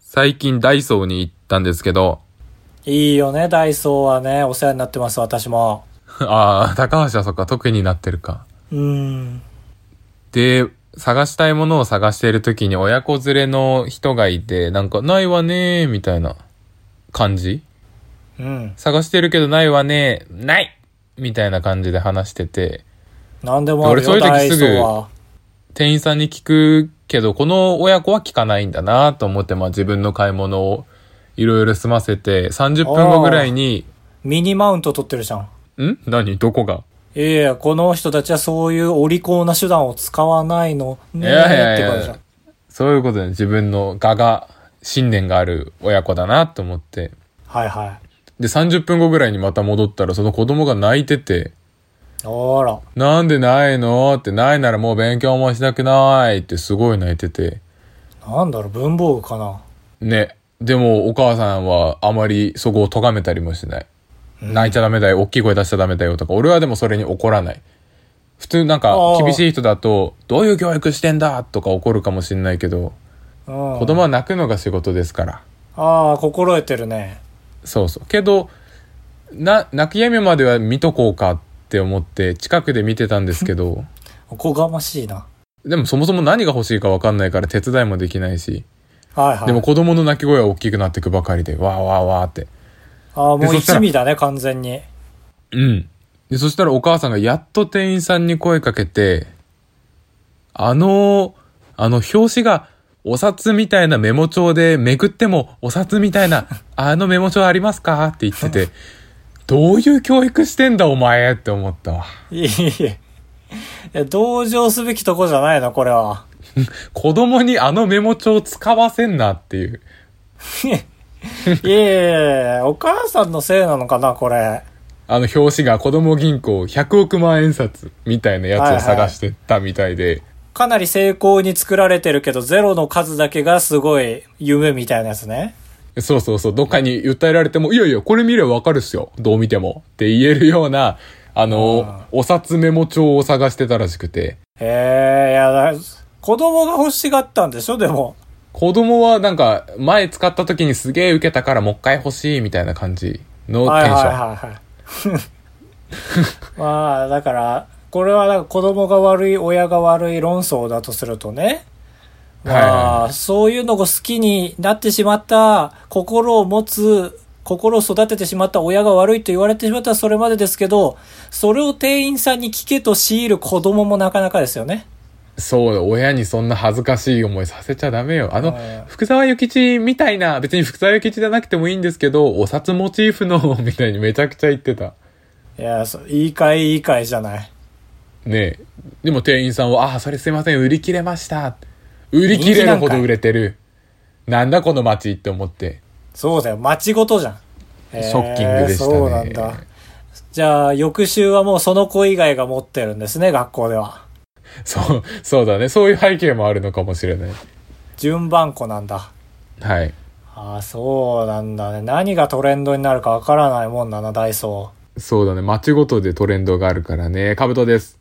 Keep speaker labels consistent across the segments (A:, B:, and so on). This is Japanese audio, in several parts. A: 最近ダイソーに行ったんですけど、
B: いいよね、ダイソーはね。お世話になってます、私も。
A: ああ、高橋はそっか、特になってるか。
B: うーん。
A: で、探したいものを探している時に親子連れの人がいて、なんか、ないわねー、みたいな感じ
B: うん。
A: 探してるけどないわねー、ないみたいな感じで話してて、
B: なんでもあるよ、
A: 俺そういう時
B: ダイソーは。
A: 店員さんに聞くけど、この親子は聞かないんだなと思って、まあ自分の買い物をいろいろ済ませて、30分後ぐらいに、
B: ミニマウント取ってるじゃん。
A: ん何どこが
B: いやいや、この人たちはそういうお利口な手段を使わないのね
A: いやい
B: ーっ
A: やい
B: て感じじゃ
A: や、そういうことで自分の我が信念がある親子だなと思って。
B: ん。はいは
A: で、30分後ぐらいにまた戻ったら、その子供が泣いてて、
B: い。あら。
A: なんでないのって、ないならもう勉強もしたくないってすごい泣いてて。
B: なんだろう、文房具かな。
A: ね。でも、お母さんはあまりそこを咎めたりもしない。泣いちゃダメだよ、大きい声出しちゃダメだよとか、俺はでもそれに怒らない。普通なんか
B: あ、ー
A: 厳しい人だと、どういう教育してんだとか怒るかもしんないけど、
B: うん。
A: 子供は泣くのが仕事ですから。
B: ああ、心得てるね。
A: そうそう。けど、な、泣き止みまでは見とこうかって思って、近くで見てたんですけど、
B: おこがましいな。
A: でもそもそも何が欲しいか分かんないから手伝いもできないし、
B: はいはい。
A: でも子供の泣き声は大きくなってくばかりで、わーわーわーって。
B: ああ、もう
A: でそしたら
B: 一味だね、完全に。
A: うん。で、そしたらお母さんがやっと店員さんに声かけて、あの、あの表紙がお札みたいなメモ帳でめくってもお札みたい なあのメモ帳ありますかって言ってて、どういう教育してんだお前って思ったわ。
B: いえいえ。いや同情すべきとこじゃないの、これは。
A: 子供にあのメモ帳使わせんなっていう。
B: いえいえ、お母さんのせいなのかな、これ。
A: あの表紙が子供銀行100億万円札みたいなやつを探してたみたいで、
B: かなり成功に作られてるけど、ゼロの数だけがすごい夢みたいなやつね。
A: そうそうそう、どっかに訴えられても、いやいや、これ見ればわかるっすよ。どう見ても。って言えるような、あの、お札メモ帳を探してたらしくて。
B: へえ、いやだ、子供が欲しがったんでしょ、でも。
A: 子供はなんか、前使った時にすげえ受けたからもう一回欲しいみたいな感じの
B: はい
A: テン
B: はい
A: ション。
B: はいはい。 まあ、だから、これはなんか子供が悪い、親が悪い論争だとするとね。まあ、
A: はいはいは
B: そういうのを好きになってしまった、心を持つ、心を育ててしまった親が悪いと言われてしまったらそれまでですけど、それを店員さんに聞けと強いる子供もなかなかですよね。
A: そうだ、親にそんな恥ずかしい思いさせちゃダメよ。あの
B: うん、
A: 福沢諭吉みたいな、別に福沢諭吉じゃなくてもいいんですけど、お札モチーフの、みたいにめちゃくちゃ言ってた。
B: いや、そいいかいいいかいじゃない。
A: ねえ。でも店員さんは、あ、それすいません、売り切れました。売り切れるほど売れてる。なんだこの街って思って。
B: そうだよ、街ごとじゃん。シ
A: ショッキングでしたね
B: そうなんだ。じゃあ、翌週はもうその子以外が持ってるんですね、学校では。
A: そう、そうだね。そういう背景もあるのかもしれない。
B: 順番子なんだ。
A: はい。
B: ああ、そうなんだね。何がトレンドになるかわからないもんだな、ダイソ
A: そうだね。街ごとでトレンドがあるからね。カブトです。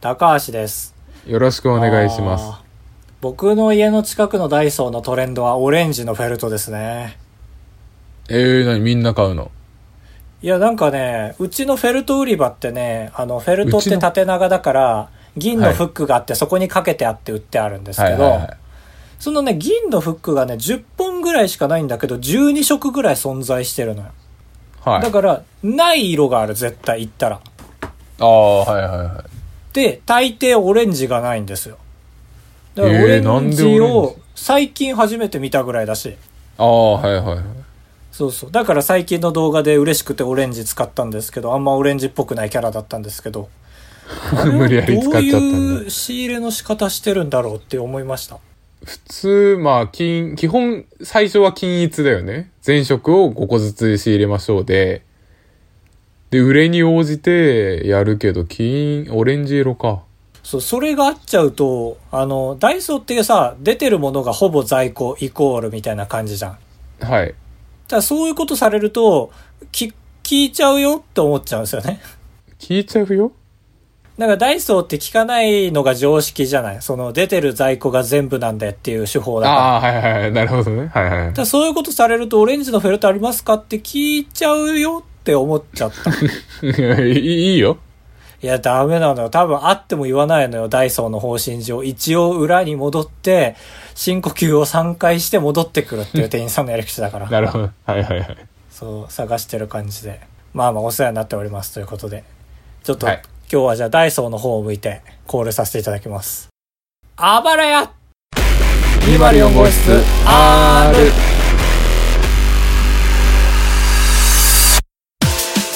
B: ー。高橋です。
A: よろしくお願いしま
B: あ
A: す。
B: ー。僕の家の近くのダイソーのトレンドはオレンジのフェルトですね。
A: えー、なにみんな買うの
B: いや、なんかね、うちのフェルト売り場ってね、あの、フェルトっ
A: うち
B: て
A: の
B: 縦長だから、銀のフックがあって、そこにかけてあって売ってあるんです
A: は
B: け
A: いはい
B: ど
A: は、い。
B: そのね、銀のフックがね、10本ぐらいしかないんだけど、12色ぐらい存在してるのよ。
A: はい。
B: だから、ない色がある、絶対、行ったら。
A: ああ、はいはいはい。
B: で、大抵オレンジがないんですよ。だから、オ
A: え
B: レ
A: ーなん
B: ン
A: で
B: ジ
A: オレン
B: を最近初めて見たぐらいだし。
A: ああ、はいはいはい。
B: そうそう。だから最近の動画で嬉しくてオレンジ使ったんですけど、あんまオレンジっぽくないキャラだったんですけど、
A: 無理やり使っちゃった
B: どうんい
A: だ。
B: う仕入れの仕方してるんだろうって思いました。
A: 普通、まあ、金、基本、最初は均一だよね。全色を5個ずつ仕入れましょうで、で、売れに応じてやるけど、金、オレンジ色か。
B: そう、それがあっちゃうと、あの、ダイソーってさ、出てるものがほぼ在庫イコールみたいな感じじゃん。
A: はい。
B: ただそういうことされると、き聞いちゃうよって思っちゃうんですよね。
A: 聞いちゃうよ
B: なんかダイソーって聞かないのが常識じゃないその出てる在庫が全部なんでっていう手法だから。
A: ああ、はいはいはい。なるほどね。はいはい
B: だか。らそういうことされると、オレンジのフェルトありますかって聞いちゃうよって思っちゃった。い
A: い いいよ。
B: や、ダメなのよ。多分あっても言わないのよ、ダイソーの方針上。一応裏に戻って、深呼吸を3回して戻ってくるっていう店員さんのやり口だ から。
A: なるほど。はいはいはい。
B: そう、探してる感じで。まあまあ、お世話になっておりますということで。ちょっと、
A: はい
B: 今日はじゃあダイソーの方を向いて、コールさせていただきます。あばらや
A: 204号室 R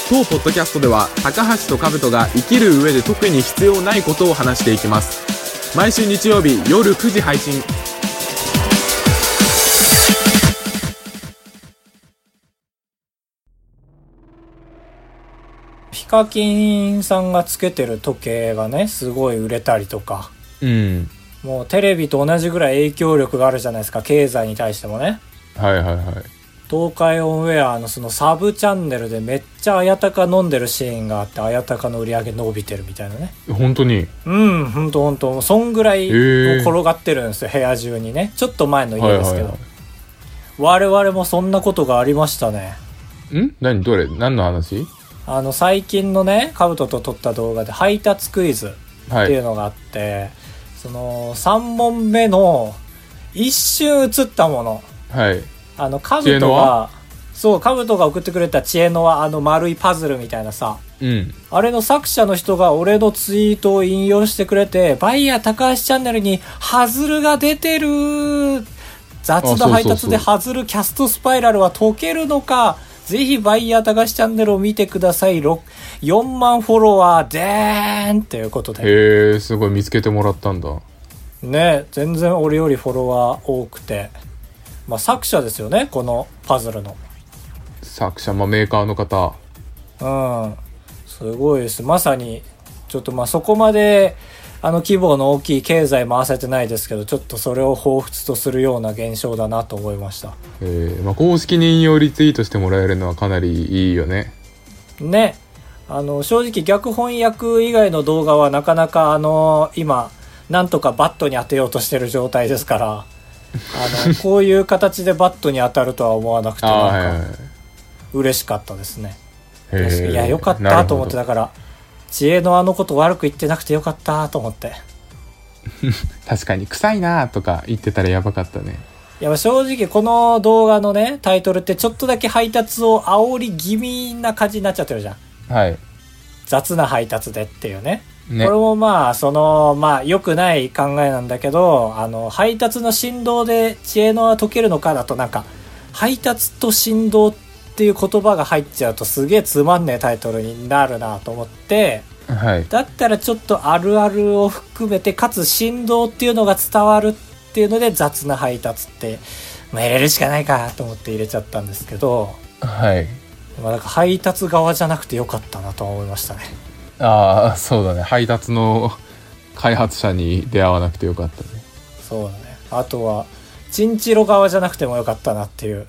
A: 当ポッドキャストでは高橋と兜が生きる上で特に必要ないことを話していきます毎週日曜日夜9時配信
B: ヒカキンさんがつけてる時計がね、すごい売れたりとか、
A: うん
B: もうテレビと同じぐらい影響力があるじゃないですか、経済に対してもね。
A: はいはいはい
B: 東海オンウェアのそのサブチャンネルでめっちゃ綾鷹飲んでるシーンがあって、綾鷹の売り上げ伸びてるみたいなね。
A: 本当に
B: うん、ほんとほんと、そんぐらい
A: へー
B: 転がってるんですよ、部屋中にね。ちょっと前の
A: はい
B: 家で
A: は
B: す
A: い
B: けど。
A: は
B: 我々もそんなことがありましたね。
A: いん何どれ何の話
B: あの、最近のね、カブトと撮った動画で配達クイズ。
A: は
B: っていう
A: い
B: のがあって、その3問目の一瞬映ったもの
A: はい
B: あのカ
A: 知恵
B: ブ
A: の
B: ト
A: 輪
B: がそうカブトが送ってくれた知恵の輪あの丸いパズルみたいなさ
A: うん
B: あれの作者の人が俺のツイートを引用してくれて「バイヤー高橋チャンネルにハズルが出てる雑
A: あそうそ
B: な
A: う
B: 配達で
A: そう
B: ハズルキャストスパイラルは解けるのかぜひバイヤー高橋チャンネルを見てくださいろ4万フォロワーでーんっていうことで
A: へえすごい見つけてもらったんだ
B: ね全然俺よりフォロワー多くて、まあ、作者ですよねこのパズルの
A: 作者まあメーカーの方
B: うんすごいですまさにちょっとまあそこまであの規模の大きい経済回せてないですけどちょっとそれを彷彿とするような現象だなと思いました
A: えーまあ、公式に引用リツイートしてもらえるのはかなりいいよね
B: ねあの正直逆翻訳以外の動画はなかなかあの今なんとかバットに当てようとしてる状態ですからあ のこういう形でバットに当たるとは思わなくて
A: ああーはい
B: な
A: は
B: ん
A: い
B: か嬉しかったですね
A: へ
B: 確か
A: ー
B: にいやよかっ
A: なるほ
B: た
A: ど
B: と思ってだから知恵のあのこと悪く言ってなくてよかったと思って
A: 確かに臭いなとか言ってたらやばかったね
B: いや正直この動画のねタイトルってちょっとだけ配達を煽り気味な感じになっちゃってるじゃん
A: はい
B: 雑な配達でっていうね
A: ね
B: これもまあそのまあ良くない考えなんだけどあの配達の振動で知恵の輪解けるのかだとなんか配達と振動っていう言葉が入っちゃうとすげえつまんねえタイトルになるなと思って
A: はい
B: だったらちょっとあるあるを含めてかつ振動っていうのが伝わるっていうので雑な配達って、まあ、入れるしかないかと思って入れちゃったんですけど、
A: はい
B: まあ、なんか配達側じゃなくてよかったなとは思いましたね
A: ああそうだね配達の開発者に出会わなくてよかったね
B: そうだねあとはチンチロ側じゃなくてもよかったなっていう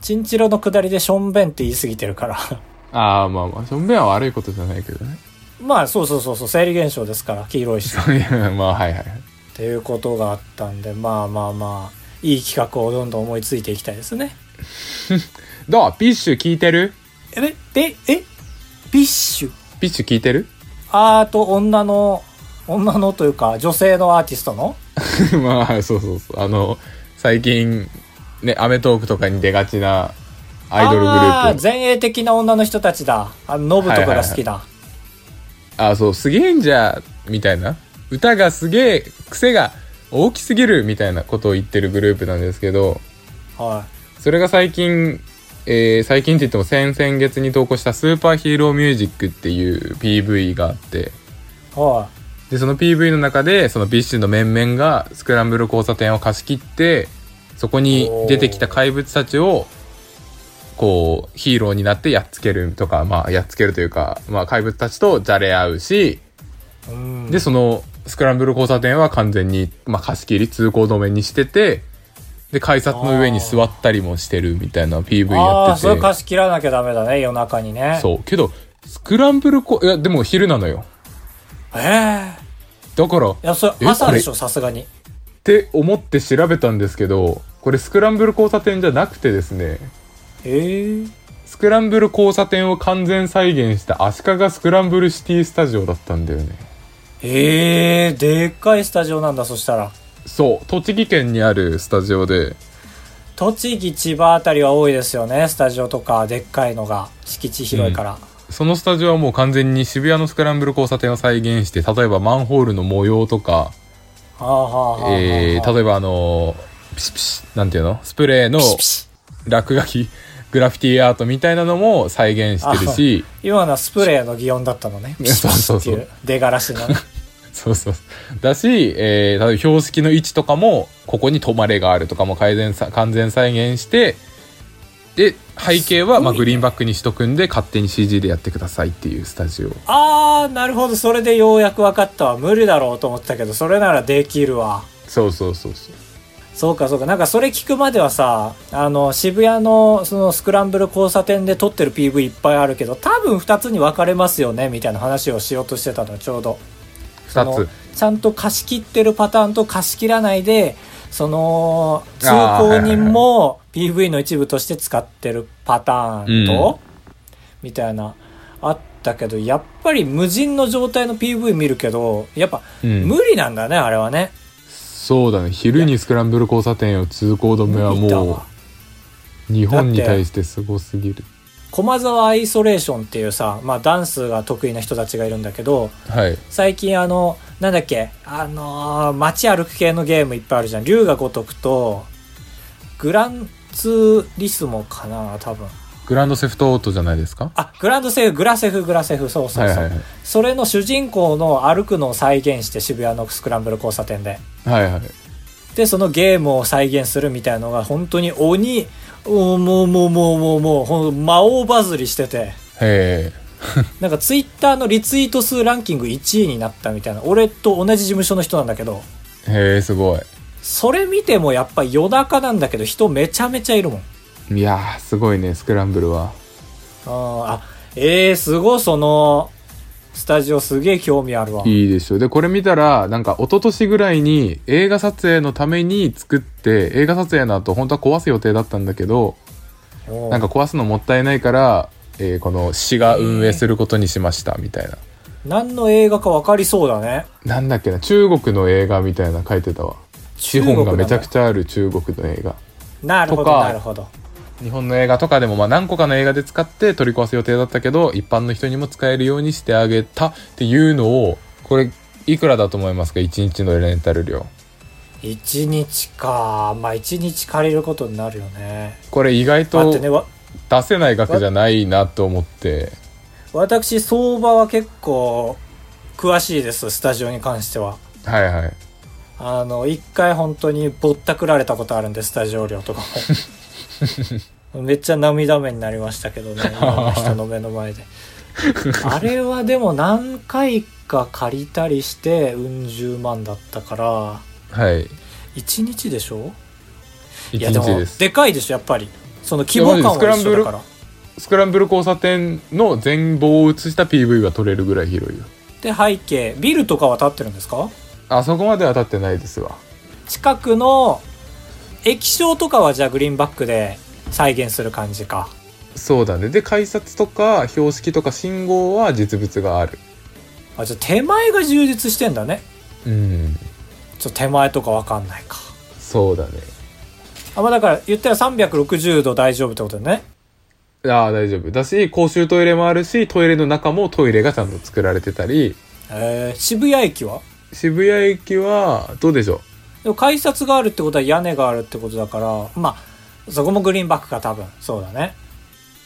B: チンチロの下りでしょんべんって言い過ぎてるから
A: ああまあまあしょんべんは悪いことじゃないけどね
B: まあそうそうそうそう生理現象ですから黄色いし
A: いやまあはいはい
B: っていうことがあったんでまあまあまあいい企画をどんどん思いついていきたいですね
A: どうビッシュ聞いてる
B: え、で、でえビッシュ
A: ビッシュ聞いてる
B: アート女の、女のというか女性のアーティストの
A: まあそうそうそうあの最近ね『アメトーーク』とかに出がちなアイドルグル
B: あ
A: ープ
B: 前衛的な女の人たちだ。あの、ノブとかが好きだ。
A: あそうすげえんじゃみたいな歌がすげえ癖が大きすぎるみたいなことを言ってるグループなんですけど
B: はい
A: それが最近、えー最近って言っても先々月に投稿した「スーパーヒーローミュージック」っていう PV があって
B: は
A: でその PV の中でそのビッシュの面々がスクランブル交差点を貸し切ってそこに出てきた怪物たちをこうヒーローになってやっつけるとかまあやっつけるというか、まあ、怪物たちとじゃれ合うし
B: い。うん。
A: で、その、スクランブル交差点は完全に、まあ、貸し切り通行止めにしてて、で、改札の上に座ったりもしてるみたいな PV
B: あ
A: や
B: あ、
A: ってて。
B: それ貸し切らなきゃダメだね、夜中にね。
A: そう。けど、スクランブルこ、いや、でも昼なのよ。
B: ええ
A: だから、っ
B: いや、そ
A: え
B: れ朝でしょ、さすがに。
A: て思って調べたんですけど、これスクランブル交差点じゃなくてですね、
B: ええ
A: スクランブル交差点を完全再現した足利スクランブルシティスタジオだったんだよね。
B: ええでっかいスタジオなんだ、そしたら。
A: そう、栃木県にあるスタジオで、
B: 栃木、千葉あたりは多いですよね、スタジオとか、でっかいのが、敷地広いから。
A: そのスタジオはもう完全に渋谷のスクランブル交差点を再現して、例えばマンホールの模様とか、
B: はあはあはあはあ、
A: えー、例えばあのーピシピシ、なんていうのスプレーの
B: ピシピシ
A: 落書き、 グラフィティアートみたいなのも再現してるし、
B: 今のはスプレーの擬音だったのね。ピシピシ
A: そう
B: っ
A: そ
B: て
A: う
B: い
A: そう
B: う、出がらしの。
A: そうそう。だし、えー、例えば標識の位置とかも、ここに止まれがあるとかも改善さ、完全再現して、で、背景は、
B: すごいね
A: まあ、グリーンバックにしとくんで、勝手に CG でやってくださいっていうスタジオ。
B: あー、なるほど、それでようやく分かったわ。無理だろうと思ってたけど、それならできるわ。
A: そうそうそうそう。
B: そうかそうか。なんかそれ聞くまではさ、あの、渋谷のそのスクランブル交差点で撮ってる PV いっぱいあるけど、多分2つに分かれますよね、みたいな話をしようとしてたの、ちょうど。そ
A: 二
B: の
A: つ。
B: ちゃんと貸し切ってるパターンと貸し切らないで、その、通
A: あー
B: 行人も PV の一部として使ってるパターンと、みたいな、あったけど、やっぱり無人の状態の PV 見るけど、やっぱ
A: うん。
B: 無理なんだね、あれはね。
A: そうだね。昼にスクランブル交差点を通行止めは
B: 見たわ
A: もう、日本に対してすごすぎる。
B: 駒沢アイソレーションっていうさ、まあ、ダンスが得意な人たちがいるんだけど
A: はい。
B: 最近あのなんだっけあのー街歩く系のゲームいっぱいあるじゃん龍が如くとグランツーリスモかな多分
A: グランドセフトオートじゃないですか
B: あグランドセフグラセフグラセフそうそうそ
A: はい
B: う、
A: はいはい。
B: それの主人公の歩くのを再現して渋谷のスクランブル交差点で
A: はいはい。
B: でそのゲームを再現するみたいのが本当に鬼おもうもうもうもうもうほん魔王バズりしてて
A: へえ。
B: なんかツイッターのリツイート数ランキング1位になったみたいな俺と同じ事務所の人なんだけど
A: へえ、すごい。
B: それ見てもやっぱ夜中なんだけど人めちゃめちゃいるもん
A: いやー、すごいね、スクランブルは。
B: ああえー、すごいそのスタジオすげえ興味あるわ
A: いいでしょう。で、これ見たら、なんか、一昨年ぐらいに映画撮影のために作って、映画撮影の後、本当は壊す予定だったんだけど、
B: おう
A: なんか壊すのもったいないから、えーこの市が運営することにしました、みたいな。
B: 何の映画か分かりそうだね
A: なんだっけな、中国の映画みたいなの書いてたわ。資本がめちゃくちゃある中国の映画。
B: なるほ
A: と
B: ど
A: か
B: なるほど
A: 日本の映画とかでもまあ何個かの映画で使って取り壊す予定だったけど一般の人にも使えるようにしてあげたっていうのをこれいくらだと思いますか1日のレンタル料
B: 1日かまあ1日借りることになるよね
A: これ意外
B: だっ
A: と
B: てねわ
A: 出せない額じゃないなと思って
B: 私相場は結構詳しいですスタジオに関しては
A: はいはい
B: あの、一回本当にぼったくられたことあるんで、スタジオ料とか も。めっちゃ涙目になりましたけどね、いろんな人の目の前で。あれはでも何回か借りたりして、うん十万だったから、
A: はい
B: 一日でしょいや
A: 1
B: で
A: 日
B: も
A: で、す
B: でかいでしょ、やっぱり。その規模感は一緒だから。
A: スクランブル交差点の全貌を映した PV が撮れるぐらい広いよ
B: で、背景、ビルとかは立ってるんですか
A: あそこまでは立ってないですわ
B: 近くの液晶とかはじゃあグリーンバックで再現する感じか。
A: そうだねで改札とか標識とか信号は実物がある
B: あ、じゃあ手前が充実してんだね。
A: うん
B: ちょっと手前とかわかんないか。
A: そうだね
B: あ、まあだから言ったら360度大丈夫ってことだね。
A: ああ、大丈夫。だし、公衆トイレもあるし、トイレの中もトイレがちゃんと作られてたり、
B: えー、渋谷駅は
A: 渋谷駅は、どうでしょ
B: でも改札があるってことは屋根があるってことだから、まあ、そこもグリーンバックか多分。そうだね。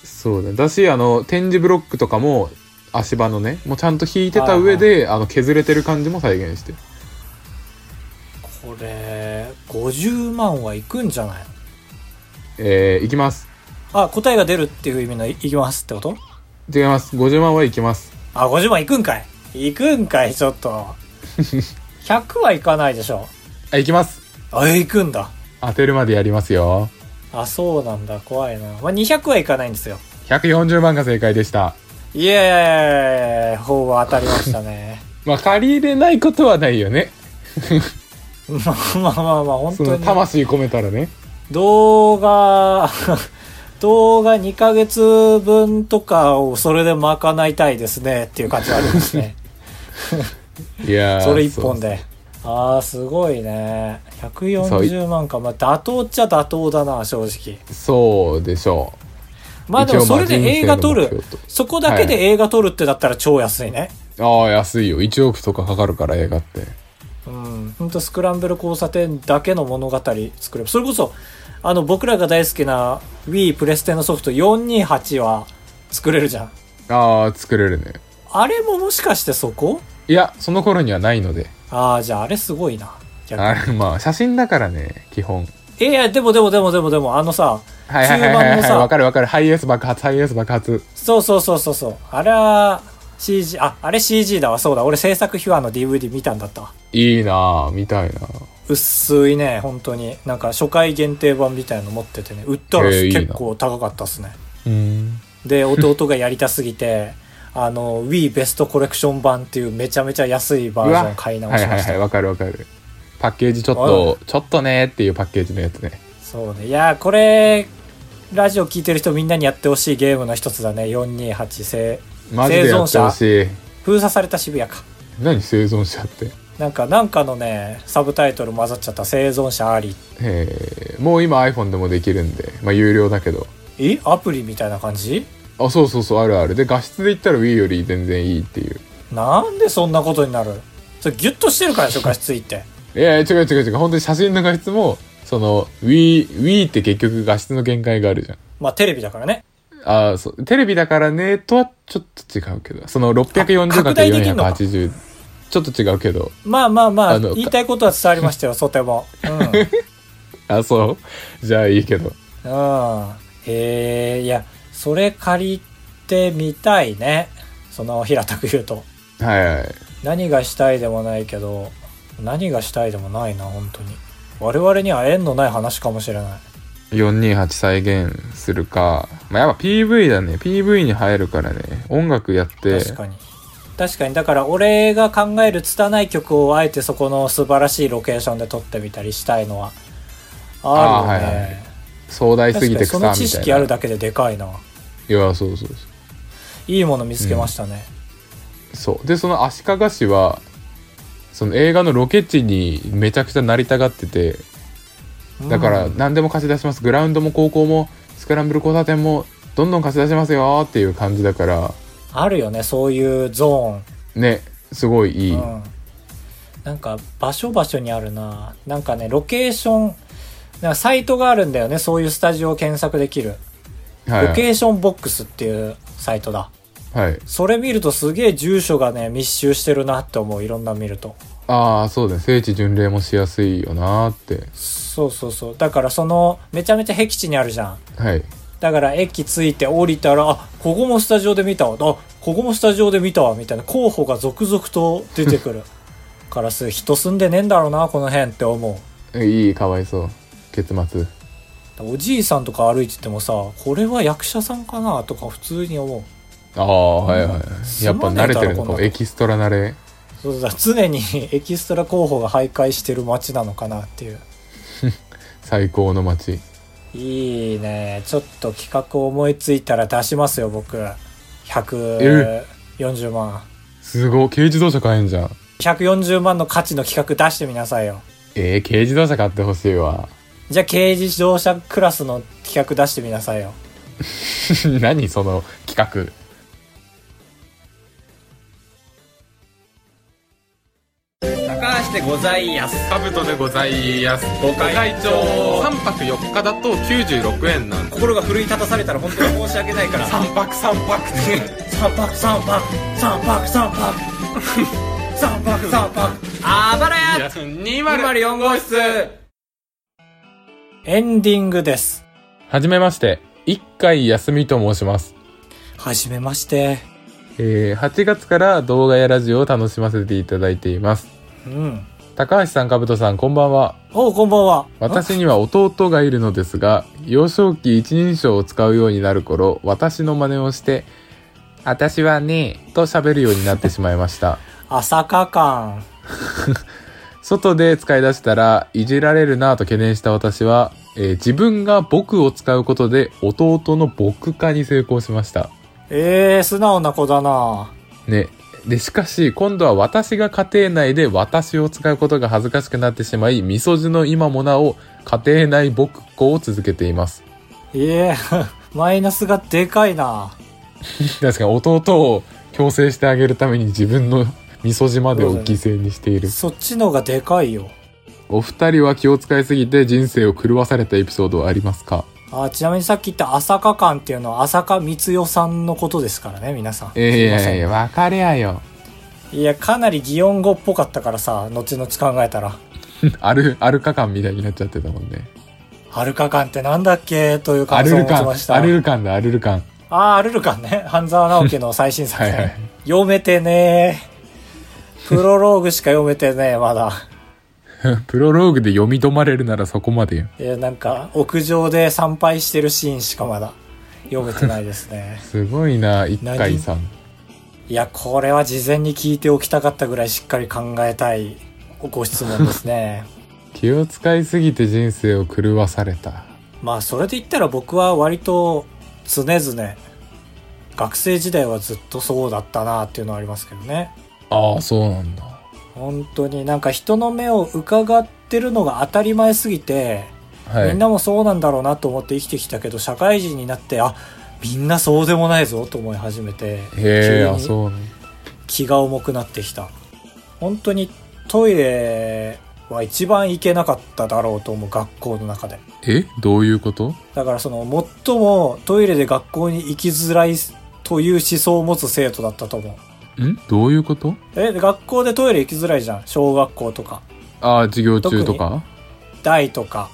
A: う。そうだね。だし、あの、展示ブロックとかも、足場のね、もうちゃんと引いてた上で、あの、削れてる感じも再現してる。
B: これ、50万はいくんじゃない
A: えー、いきます。
B: のあ、答えが出るっていう意味のいいきますってこと
A: 違います。50万はいきます。
B: あ、50万いくんかいいくんかい、ちょっと。100はいかないでしょ。
A: あ、いきます。
B: あ、いくんだ。
A: 当てるまでやりますよ。
B: あ、そうなんだ。怖いな。まあ、200はいかないんですよ。
A: 140万が正解でした。
B: イエーイほぼ当たりましたね。
A: まあ借りれないことはないよね
B: まあまあまあまあ、本
A: そ
B: 当
A: の
B: に。
A: 魂込めたらね
B: 動画、 動画2ヶ月分とかをそれで賄いたいですねっていう感じはありま すね。
A: いやー
B: それ1本
A: そう
B: で。ああ、すごいね。
A: そ
B: 140万か。まあ、妥当っちゃ妥当だな、正直。
A: そうでしょう
B: まあでもそれで映画撮
A: 一応まあ人生の目
B: る。
A: 標と
B: そこだけで映画撮るってだったら超安いね。
A: ああ安いよ1億とかかかるから映画って
B: うん、ほんとスクランブル交差点だけの物語作ればそれこそあの僕らが大好きな Wii プレステのソフト428は作れるじゃん
A: ああ作れるね
B: あれももしかしてそこ
A: いやその頃にはないので
B: ああじゃああれすごいな逆に
A: あれまあ写真だからね基本
B: いやいやでもでもでもでもでもあのさ
A: はいはいはいはい
B: 中盤の
A: はい
B: さ
A: わかるわかるハイエース爆発ハイエース爆発
B: そうそうそうそうそうあれは CG ああれ CG だわそうだ俺制作秘話の DVD 見たんだったわ
A: いいなあみたいな
B: 薄いね本当になんか初回限定版みたいの持っててね売ったら
A: へえいいな
B: 結構高かったっすね
A: うん
B: で弟がやりたすぎて あの Wii ベストコレクション版っていうめちゃめちゃ安いバージョン買い直
A: はい
B: し
A: は
B: ま
A: い
B: した、
A: はいわかるわかるパッケージちょっとちょっとねっていうパッケージのやつね
B: そうねいやーこれラジオ聞いてる人みんなにやってほしいゲームの一つだね428生
A: マジでやってほしい
B: 封鎖された渋谷か
A: 何生存者って
B: なんかなんかのねサブタイトル混ざっちゃった生存者あり
A: えーもう今 iPhone でもできるんでまあ有料だけど
B: えアプリみたいな感じ
A: あそうそうそうあるあるで画質で言ったら Wii より全然いいっていう
B: なんでそんなことになるそれギュッとしてるからでしょ画質い って
A: いやいや違う違う違う本当に写真の画質もその Wii, Wii って結局画質の限界があるじゃん
B: まあテレビだからね
A: あーそうテレビだからねとはちょっと違うけどその
B: あ拡大できんのか
A: 640×480 ちょっと違うけど
B: まあまあまあ
A: あの
B: 言いたいことは伝わりましたよとてもうん
A: あそう じゃあいいけど
B: うん。へえいや、それ借りてみたいね。その平たく言うと。
A: はいはい
B: 何がしたいでもないけど、何がしたいでもないな、本当に。我々には縁のない話かもしれない。
A: 428再現するか、まあ、やっぱ PV だね PV に入るからね音楽やって
B: 確かに。確かに、だから俺が考える拙い曲をあえてそこの素晴らしいロケーションで撮ってみたりしたいのは、あるよね。
A: あーはいはい壮大す
B: 確
A: ぎ
B: か
A: て
B: に
A: 草
B: そ
A: みたい
B: の
A: な
B: 知識あるだけででかいな。
A: いやそうそうそう
B: いいもの見つけましたね。
A: そうでその足利氏はその映画のロケ地にめちゃくちゃなりたがっててだから
B: うん
A: 何でも貸し出します、グラウンドも高校もスクランブル交差点もどんどん貸し出しますよっていう感じだから
B: あるよね、そういうゾーン。
A: ねすごいいい、
B: うん、なんか場所場所にあるななんかねロケーションなんかサイトがあるんだよねそういうスタジオを検索できる、
A: はい
B: ロケーションボックスっていうサイトだ
A: はい
B: それ見るとすげえ住所がね密集してるなって思ういろんな見ると
A: ああそうだね聖地巡礼もしやすいよなーって
B: そうそうそうだからそのめちゃめちゃ僻地にあるじゃん
A: はい
B: だから駅着いて降りたらあここもスタジオで見たわあここもスタジオで見たわみたいな候補が続々と出てく るからす人住んでねえんだろうなこの辺って思う
A: えいいかわいそう結末
B: おじいさんとか歩いててもさこれは役者さんかなとか普通に思う
A: ああはいはい、
B: す
A: やっぱ
B: まね
A: 慣
B: え
A: れ
B: だろ
A: てるの
B: こんな
A: か
B: の
A: エキストラ慣れ
B: そうだ常に エキストラ候補が徘徊してる街なのかなっていう
A: 最高の街
B: いいねちょっと企画思いついたら出しますよ僕
A: え
B: 140万
A: すごい軽自動車買えんじゃん
B: 140万の価値の企画出してみなさいよ
A: えー、軽自動車買ってほしいわ
B: じゃあ軽自動車クラスの企画出してみなさいよ
A: 何その企画
C: 高橋でございやす。
A: カブトでございますご
C: 会長
A: 3泊4日だと96円なんで
C: 心が奮い立たされたら本当に申し訳ないから。三泊三 泊って。
B: 3泊3泊3泊3泊3泊3泊
C: あばらや
A: 204号室
B: エンディングです
A: はじめまして一回休みと申します
B: はじめまして
A: えー、8月から動画やラジオを楽しませていただいています
B: うん
A: 高橋さんカブトさんこんばんは
B: おうこんばんは
A: 私には弟がいるのですが幼少期一人称を使うようになる頃私の真似をして「私はね」と喋るようになってしまいました
B: 朝霞感。
A: 外で使い出したらいじられるなぁと懸念した私は、えー自分が僕を使うことで弟の僕化に成功しました。
B: えー、素直な子だな
A: ね。で、しかし、今度は私が家庭内で私を使うことが恥ずかしくなってしまい、みそじの今もなお、家庭内僕っ子を続けています。
B: えー、 マイナスがでかいな
A: 確かに弟を強制してあげるために自分のみそじまでを犠牲にしている。
B: そっちのがでかいよ。
A: お二人は気を使いすぎて人生を狂わされたエピソードはありますか
B: あちなみにさっき言った朝霞感っていうのは朝霞光代さんのことですからね、皆さん。
A: えいやいやい
B: や。
A: や、わかりゃよ。
B: いや、かなり擬音語っぽかったからさ、後々考えたら。
A: アル、アルカ感みたいになっちゃってたもんね。
B: アルカ感ってなんだっけという
A: ア
B: 感
A: ル
B: 想を
A: ル
B: 持ち
A: 感
B: まし、た。
A: アルル感だ、アルル感。
B: あー、アルルカンね。 半沢直樹の最新作、ね。
A: はいはい
B: 読めてねー。プロローグしか読めてねー、まだ。
A: プロローグで読み止まれるならそこまでよ。。
B: いや、なんか、屋上で参拝してるシーンしかまだ読めてないです ね
A: すごいな、一回さん。
B: いや、これは事前に聞いておきたかったぐらいしっかり考えたいご質問です ね。
A: 気を使いすぎて人生を狂わされた。
B: まあ、それで言ったら僕は割と常々、学生時代はずっとそうだったなっていうのはありますけどね。
A: ああ、そうなんだ。
B: 本当になんか人の目を伺ってるのが当たり前すぎて、
A: はい。
B: みんなもそうなんだろうなと思って生きてきたけど社会人になってあみんなそうでもないぞと思い始めて
A: へえ、あ、
B: 急に
A: そうなんだ。
B: 気が重くなってきた本当にトイレは一番行けなかっただろうと思う学校の中で
A: えどういうこと
B: だからその最もトイレで学校に行きづらいという思想を持つ生徒だったと思うん
A: どういうこと
B: え学校でトイレ行きづらいじゃん小学校とか
A: ああ、授業中とか
B: 大とか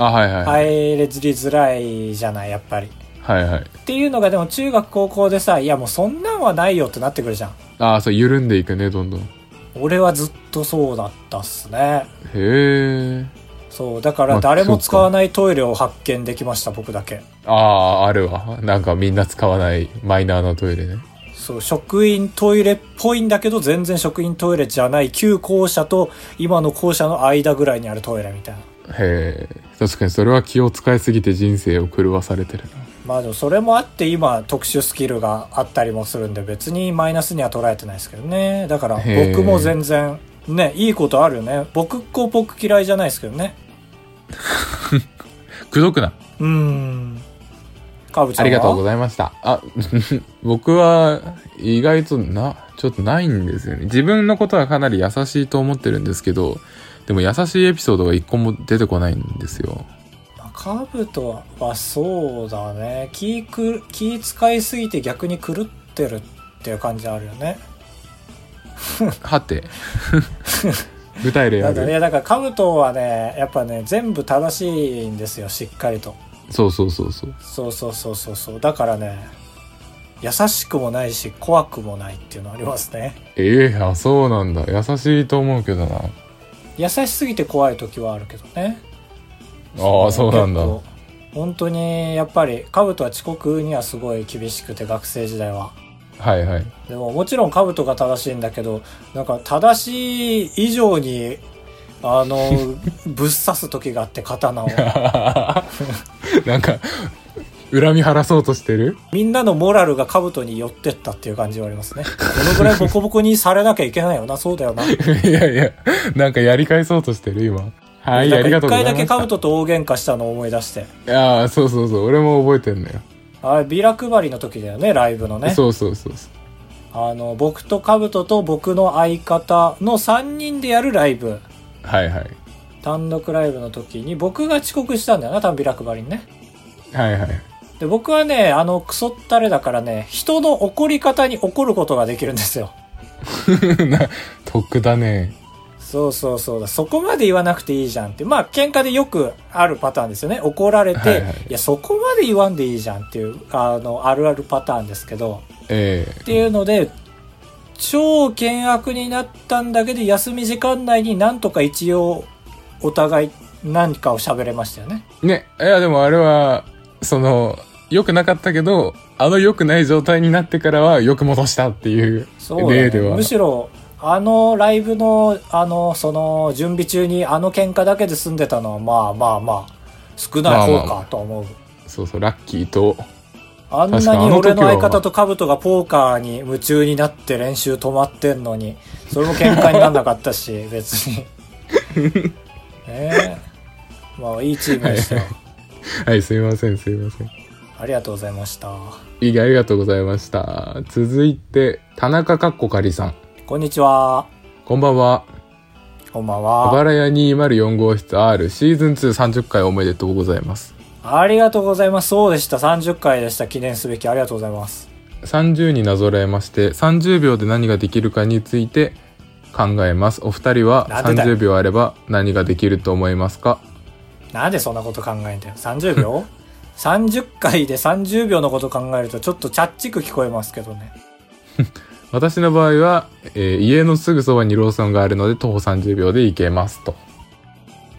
A: あはいはい。はい、
B: 入れずりづらいじゃないやっぱり
A: はい、はい。
B: っていうのがでも中学高校でさいやもうそんなんはないよってなってくるじゃん
A: ああ、そう、緩んでいくね、どんどん。へ
B: 俺はずっとそうだったっすね
A: え。
B: そうだか
A: ま
B: ら
A: あ
B: 誰
A: そう
B: も
A: か
B: 使わないトイレを発見できました僕だけ
A: ああ、あるわ。なんかみんな使わないマイナーなトイレね。
B: そう職員トイレっぽいんだけど全然職員トイレじゃない旧校舎と今の校舎の間ぐらいにあるトイレみたいな
A: へえ。確かにそれは気を使いすぎて人生を狂わされてるな。
B: まあでもそれもあって今特殊スキルがあったりもするんで別にマイナスには捉えてないですけどねだから
A: へー
B: 僕も全然ねいいことあるよね僕っ子僕嫌いじゃないですけどね
A: くどくな。
B: うーんカブちゃ
A: あ
B: んは
A: りがとうございました。あ、 僕は意外とな、ちょっとないんですよね。自分のことはかなり優しいと思ってるんですけど、でも優しいエピソードが一個も出てこないんですよ。
B: まあカブトはそうだね気く気使いすぎて逆に狂ってるっていう感じあるよね
A: は て。具体例
B: な
A: あ
B: んかい
A: る。
B: やだからカブトはねやっぱね全部正しいんですよしっかりと
A: そうそうそうそう。
B: そうそうそうそうそうだからね優しくもないし怖くもないっていうのありますね
A: ええあ、そうなんだ。優しいと思うけどな。
B: 優しすぎて怖い時はあるけどね
A: ああ、そうなんだ。
B: 結構本当にやっぱりカブトは遅刻にはすごい厳しくて学生時代は
A: はいはい。
B: でももちろん兜が正しいんだけどなんか正しい以上にあ のぶっ刺す時があって刀を
A: なんか、恨み晴らそうとしてる
B: みんなのモラルが兜に寄ってったっていう感じはありますねこのぐらいボコボコにされなきゃいけないよなそうだよな
A: いやいや、なんかやり返そうとしてる、今。はい、あり
B: なん
A: がと
B: か
A: うございま
B: 一回だ
A: した。
B: け兜と大喧嘩したのを思い出して
A: いやーそうそうそう、俺も覚えてんのよ。
B: あれビラ配りの時だよねライブのね
A: そうそうそうそう。
B: あの僕と兜と僕の相方の3人でやるライブ
A: はいはい。
B: 単独ライブの時に僕が遅刻したんだよな多分ビラ配りにね
A: はい はい。
B: で僕はね、あの、クソったれだからね、人の怒り方に怒ることができるんですよ。
A: な、得だね。
B: そうそうそうだ。そこまで言わなくていいじゃんって。まあ、喧嘩でよくあるパターンですよね。怒られて、
A: はい
B: い
A: はい
B: や、そこまで言わんでいいじゃんっていう、あの、あるあるパターンですけど。
A: え
B: っていうので、超険悪になったんだけど、休み時間内になんとか一応、お互い何かを喋れましたよね。
A: えね、いやでもあれは、その、良くなかったけど、あの良くない状態になってからは、よく戻したっていう
B: そうだね
A: 例では
B: む。しろあのライブの、あの、その、準備中にあの喧嘩だけで済んでたのは、まあまあまあ、少ない
A: まあま
B: 方
A: あまあ
B: かとは思う。
A: そうそう、ラッキーと、
B: あんな
A: 確かにあ
B: に
A: の時
B: 俺
A: は
B: の相方とカブトがポーカーに夢中になって練習止まってんのに、それも喧嘩になんなかったし、 別 に。ええまあ、いいチームで したよ。
A: はい、すいません、すいません。
B: ありがとうございました。
A: いいありがとうございました。続いて、田中かっこかりさん。
B: こんにちは。
A: こんばんは。
B: こんばん
A: 小
B: は。
A: 原屋204号室 R シーズン230回おめでとうございます。
B: ありがとうございます。そうでした。30回でした。記念すべき。ありがとうございます。
A: 30になぞらえまして、30秒で何ができるかについて考えます。お二人は
B: なんでだよ
A: 30秒あれば何ができると思いますか
B: なんでそんなこと考えんだよ。30秒 ?30 回で30秒のこと考えるとちょっとチャッチく聞こえますけどね。
A: 私の場合は、えー家のすぐそばにローソンがあるので徒歩30秒で行けますと。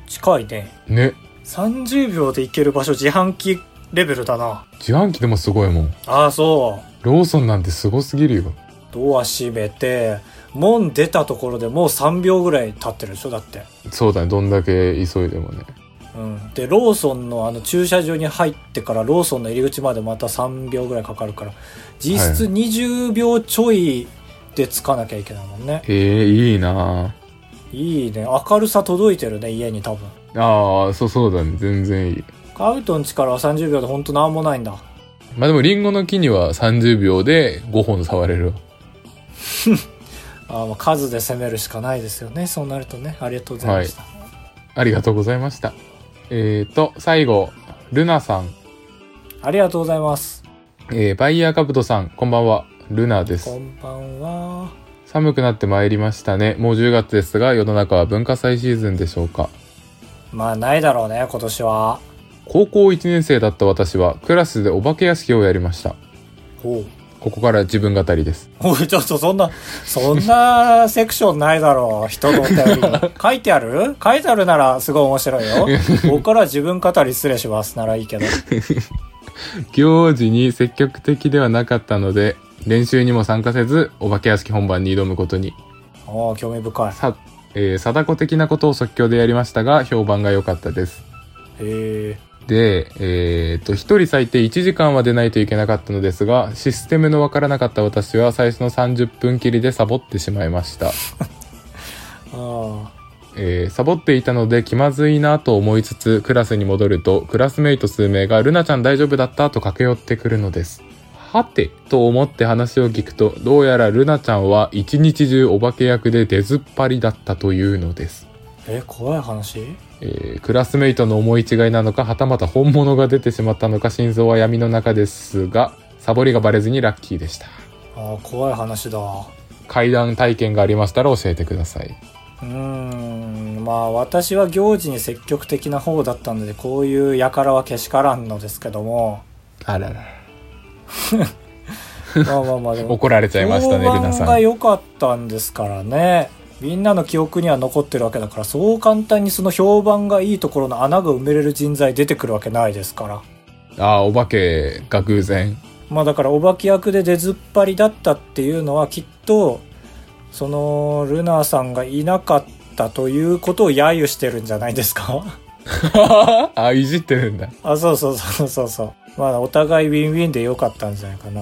B: 近いね。
A: ね。
B: 30秒で行ける場所自販機レベルだな。
A: 自販機でもすごいもん。
B: ああ、そ
A: ローソンなんてすごすぎるよ。
B: う。ドア閉めて、門出たところでもう3秒ぐらい経ってるでしょだって。
A: そうだね。どんだけ急いでもね。
B: うん。で、ローソンのあの駐車場に入ってからローソンの入り口までまた3秒ぐらいかかるから、実質20秒ちょいで着かなきゃいけないもんね。
A: へえ、いいなぁ
B: いいね。明るさ届いてるね、家に多分。
A: ああ、そうそうだね。全然いい。
B: カウトの力は30秒でほんとなんもないんだ。
A: まあでもリンゴの木には30秒で5本触れる。
B: あーまあ数で攻めるしかないですよね。そうなるとね。ありがとうございました。
A: ありがとうございました。えーと、最後、ルナさん、
B: ありがとうございます。
A: えーバイヤーカブトさん、こんばんは。ルナで
B: こ
A: す。
B: んばんは。
A: 寒くなってまいりましたね。もう10月ですが、世の中は文化祭シーズンでしょうか。
B: まあないだろうね、今年は。
A: 高校1年生だった私は、クラスでお化け屋敷をやりました。
B: おう。
A: ここから自分語りです。
B: おい、ちょっとそんな、そんなセクションないだろう。人のお便り に。書いてある書いてあるならすごい面白いよ。 ここから自分語り失礼しますならいいけど。
A: 行事に積極的ではなかったので、練習にも参加せず、お化け屋敷本番に挑むことに。
B: おー興味深い。
A: さ、えー貞子的なことを即興でやりましたが、評判が良かったです。
B: へえ。
A: で、えーっと、一人最低1時間は出ないといけなかったのですが、システムのわからなかった私は最初の30分きりでサボってしまいました。
B: あ
A: えーサボっていたので気まずいなと思いつつ、クラスに戻ると、クラスメイト数名が、ルナちゃん大丈夫だったと駆け寄ってくるのです。はて、と思って話を聞くと、どうやらルナちゃんは一日中お化け役で出ずっぱりだったというのです。
B: ーえ、怖い話
A: えークラスメイトの思い違いなのかはたまた本物が出てしまったのか真相は闇の中ですがサボりがバレずにラッキーでした
B: ああ、怖い話だ。う
A: 階段体験がありましたら教えてください
B: ーん、まあ私は行事に積極的な方だったので、こういう輩はけしからんのですけども。
A: あらら
B: まあまあまあでも。
A: 怒られちゃいましたねル
B: 評
A: ナ
B: 判
A: さ
B: が
A: ん
B: 良かったんですからね。みんなの記憶には残ってるわけだから、そう簡単にその評判がいいところの穴が埋めれる人材出てくるわけないですから。
A: あーお化けが偶然
B: まあだからお化け役で出ずっぱりだったっていうのはきっと、そのルナさんがいなかったということを揶揄してるんじゃないですか
A: あーいじってるんだ
B: あ、そうそうそうそうそう。まあお互いウィンウィンで良かったんじゃないかな。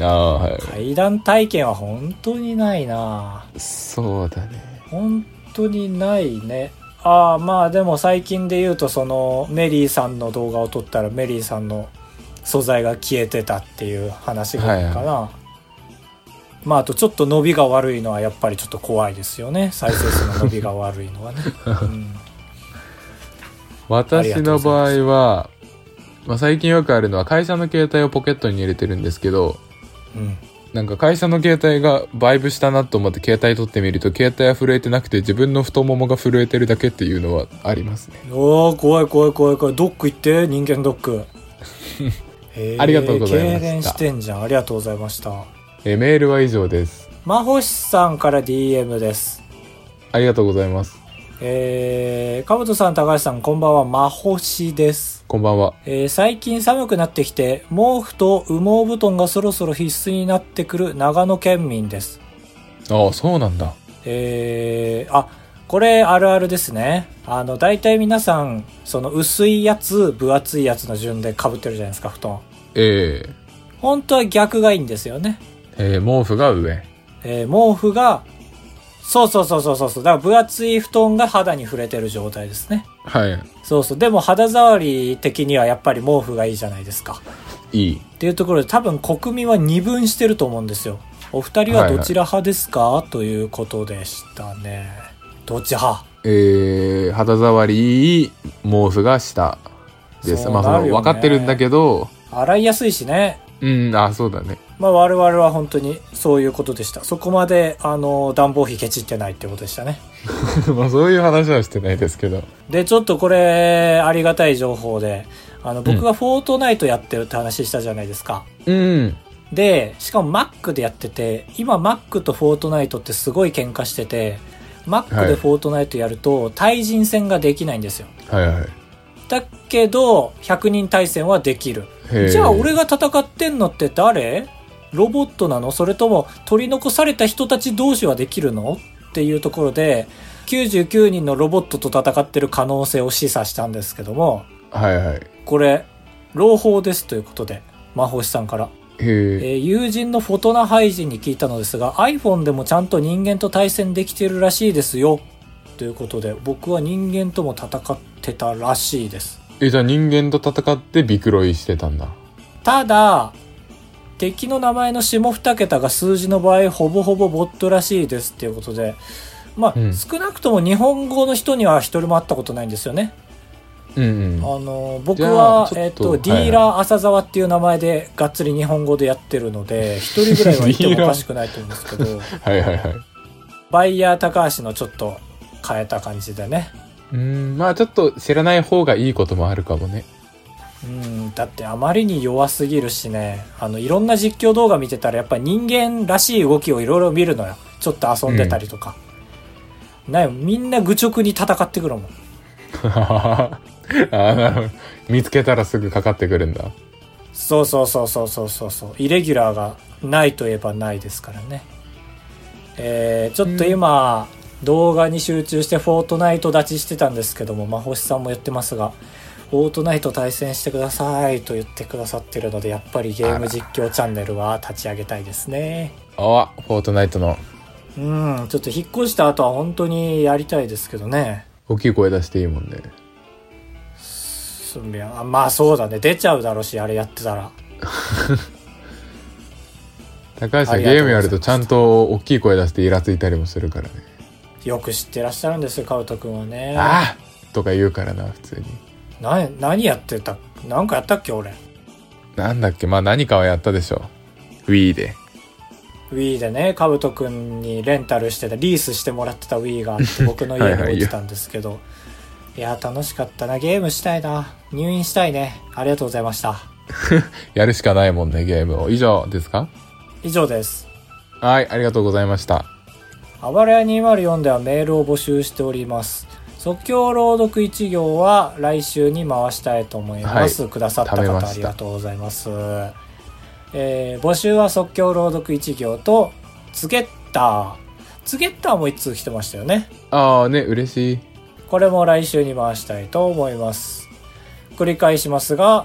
A: ああはい
B: 階段体験は本当にないな。
A: そうだね
B: 本当にないねああまあでも最近で言うとそのメリーさんの動画を撮ったらメリーさんの素材が消えてたっていう話があるかな、まああとちょっと伸びが悪いのはやっぱりちょっと怖いですよね再生数の伸びが悪いのはね、うん、
A: 私の場合はまあ、最近よくあるのは会社の携帯をポケットに入れてるんですけど
B: うん、
A: なんか会社の携帯がバイブしたなと思って携帯取ってみると携帯は震えてなくて自分の太ももが震えてるだけっていうのはありますね。
B: おー怖い怖い怖い怖いドック行って人間ドッ クへー
A: ありがとうございました
B: 痙攣してんじゃんありがとうございました
A: えーメールは以上です。
B: まほしさんから DM です
A: ありがとうございます。
B: えー、かぶとさん、高橋さん、こんばんは、まほしです。
A: こんばんは。
B: えー、最近寒くなってきて、毛布と羽毛布団がそろそろ必須になってくる長野県民です。
A: ああ、そうなんだ。
B: えー、あこれあるあるですねあの大体皆さんその薄いやつ分厚いやつの順で被ってるじゃないですか布団
A: え
B: 本当は逆がいいんですよね、
A: えええ毛布が上。
B: えー毛布がそうそうそうそうそうそうだから分厚い布団が肌に触れてる状態ですね
A: は
B: そうそうでも肌触り的にはやっぱり毛布がいいじゃないですか
A: い。いい。
B: っていうところで多分国民は二分してると思うんですよお二人はどちら派ですか、ということでしたねどっち派
A: ええ肌触りいい毛布が下です。
B: そう
A: まあ、そ
B: なる
A: の、
B: よね
A: 分かってるんだけど、
B: 洗いやすいしね
A: うん、あ、そうだね。
B: まあ我々は本当にそういうことでした。そこまで、あの、暖房費ケチってないってことでしたね。
A: まあ、そういう話はしてないですけど。
B: で、ちょっとこれ、ありがたい情報で、あの、僕がフォートナイトやってるって話したじゃないですか。
A: うん。
B: で、しかも Mac でやってて、今 Mac とフォートナイトってすごい喧嘩してて、Mac
A: は
B: で
A: い
B: フォートナイトやると対人戦ができないんですよ。
A: はいはい。
B: だけど、100人対戦はできる。
A: へえ
B: じゃあ俺が戦ってんのって誰ロボットなのそれとも取り残された人たち同士はできるのっていうところで99人のロボットと戦ってる可能性を示唆したんですけども
A: はいはい。へ
B: これ朗報ですということで魔法師さんから、え
A: え。
B: ー友人のフォトナ配信に聞いたのですが iPhone でもちゃんと人間と対戦できてるらしいですよということで僕は人間とも戦ってたらしいです
A: え、じゃあ人間と戦ってビクロイしてたんだ。
B: ただ敵の名前の下2桁が数字の場合ほぼほぼボットらしいですっていうことでまあ、
A: うん
B: 少なくとも日本語の人には一人も会ったことないんですよね、
A: うんうん。
B: あの僕
A: じゃ
B: は
A: あちょっと
B: えっと、
A: はい
B: ディーラー浅沢っていう名前でがっつり日本語でやってるので一人ぐらいはいてもおかしくないと思うんですけど
A: はいはいはい。
B: バイヤー高橋のちょっと変えた感じでね
A: うん、まあちょっと知らない方がいいこともあるかもね。
B: うんだってあまりに弱すぎるしねあのいろんな実況動画見てたらやっぱ人間らしい動きをいろいろ見るのよちょっと遊んでたりとか、なんよみんな愚直に戦ってくるもん
A: ああ、なるほど。見つけたらすぐかかってくるんだ。
B: そうそうそうそうそうそうそうイレギュラーがないといえばないですからねえー、ちょっと今、動画に集中してフォートナイト立ちしてたんですけどもまほしさんも言ってますがフォートナイト対戦してくださいと言ってくださってるのでやっぱりゲーム実況チャンネルは立ち上げたいですね
A: ああ、フォートナイトの
B: うんちょっと引っ越した後は本当にやりたいですけどね
A: 大きい声出していいもんね。
B: そりゃあまあそうだね出ちゃうだろうしあれやってたら
A: 高橋さ
B: あ
A: ん
B: りがと
A: ゲ
B: うございます
A: ームやるとちゃんと大きい声出してイラついたりもするからね。
B: よく知ってらっしゃるんですよカウト君はね
A: ああとか言うからな、普通に。
B: な何やってたなんかやったっけ俺
A: なんだっけ、まあ何かはやったでしょ。Wii で。
B: Wii でねカブト君にレンタルしてたリースしてもらってた Wii があって僕の
A: は
B: 家
A: いは
B: に置
A: い
B: いてたんですけどいや楽しかったなゲームしたいな入院したいねありがとうございました
A: やるしかないもんね、ゲームを。以上ですか
B: 以上です
A: はい、ありがとうございました。
B: あばらや204ではメールを募集しております即興朗読一行は来週に回したいと思います、
A: はい
B: くださった
A: 食べ
B: 方
A: ました
B: ありがとうございます、えー募集は即興朗読一行とツゲッターツゲッターも一通来てましたよね
A: ああ、ね、嬉しい。
B: これも来週に回したいと思います繰り返しますが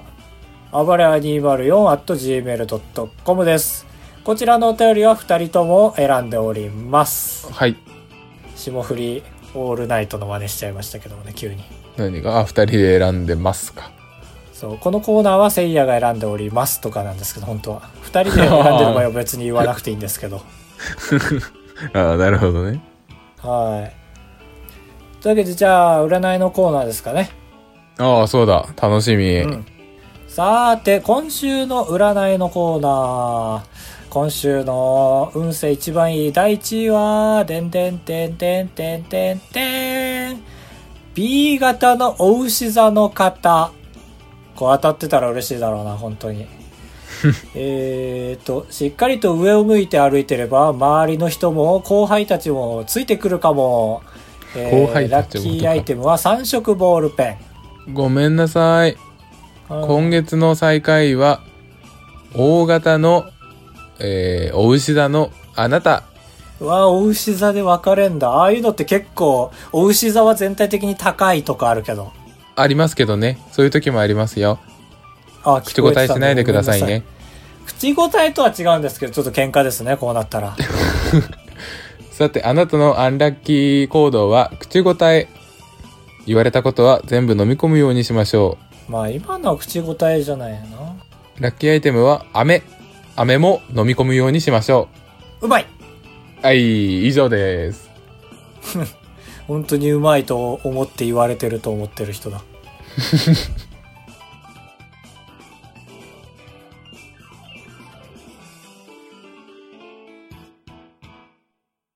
B: あばれは 204.gmail.com ですこちらのお便りは2人とも選んでおります
A: はい。
B: 霜降りオールナイトの真似しちゃいましたけどもね急に
A: 何が、あ、二人で選んでます か。
B: そうこのコーナーはせいやが選んでおりますとかなんですけど本当は2人で選んでる場合は別に言わなくていいんですけど
A: ああ、なるほどね。
B: はいというわけでじゃあ占いのコーナーですかね
A: ああ、そうだ。楽しみ。
B: うんさーて今週の占いのコーナー今週の運勢一番いい第1位はでんでんてんてんてんてんてん B 型のお牛座の方こう当たってたら嬉しいだろうな本 当にえーとしっかりと上を向いて歩いてれば周りの人も後輩たちもついてくるかも、えー
A: 後輩
B: ラ
A: た
B: ッ
A: ち
B: キ
A: もとか
B: ーアイテムは3色ボールペ
A: ごめんなさい。
B: ン、うん
A: 今月の最下位は、大型の、えー、お牛座のあなた
B: うわお牛座で分かれんだああいうのって結構お牛座は全体的に高いとかあるけど
A: ありますけどね。そういう時もありますよ。
B: ああ
A: 口答えしないでくださいね。
B: 口答えとは違うんですけどちょっと喧嘩ですねこうなっ たら
A: さて、あなたのアンラッキー行動は、口答え。言われたことは全部飲み込むようにしましょ
B: まあ今のは口答えじゃないよな
A: う。ラッキーアイテムは、飴。飴も飲み込むようにしましょ。
B: うまいう
A: はい、以上です。
B: 本当にうまいと思って言われてると思ってる人だ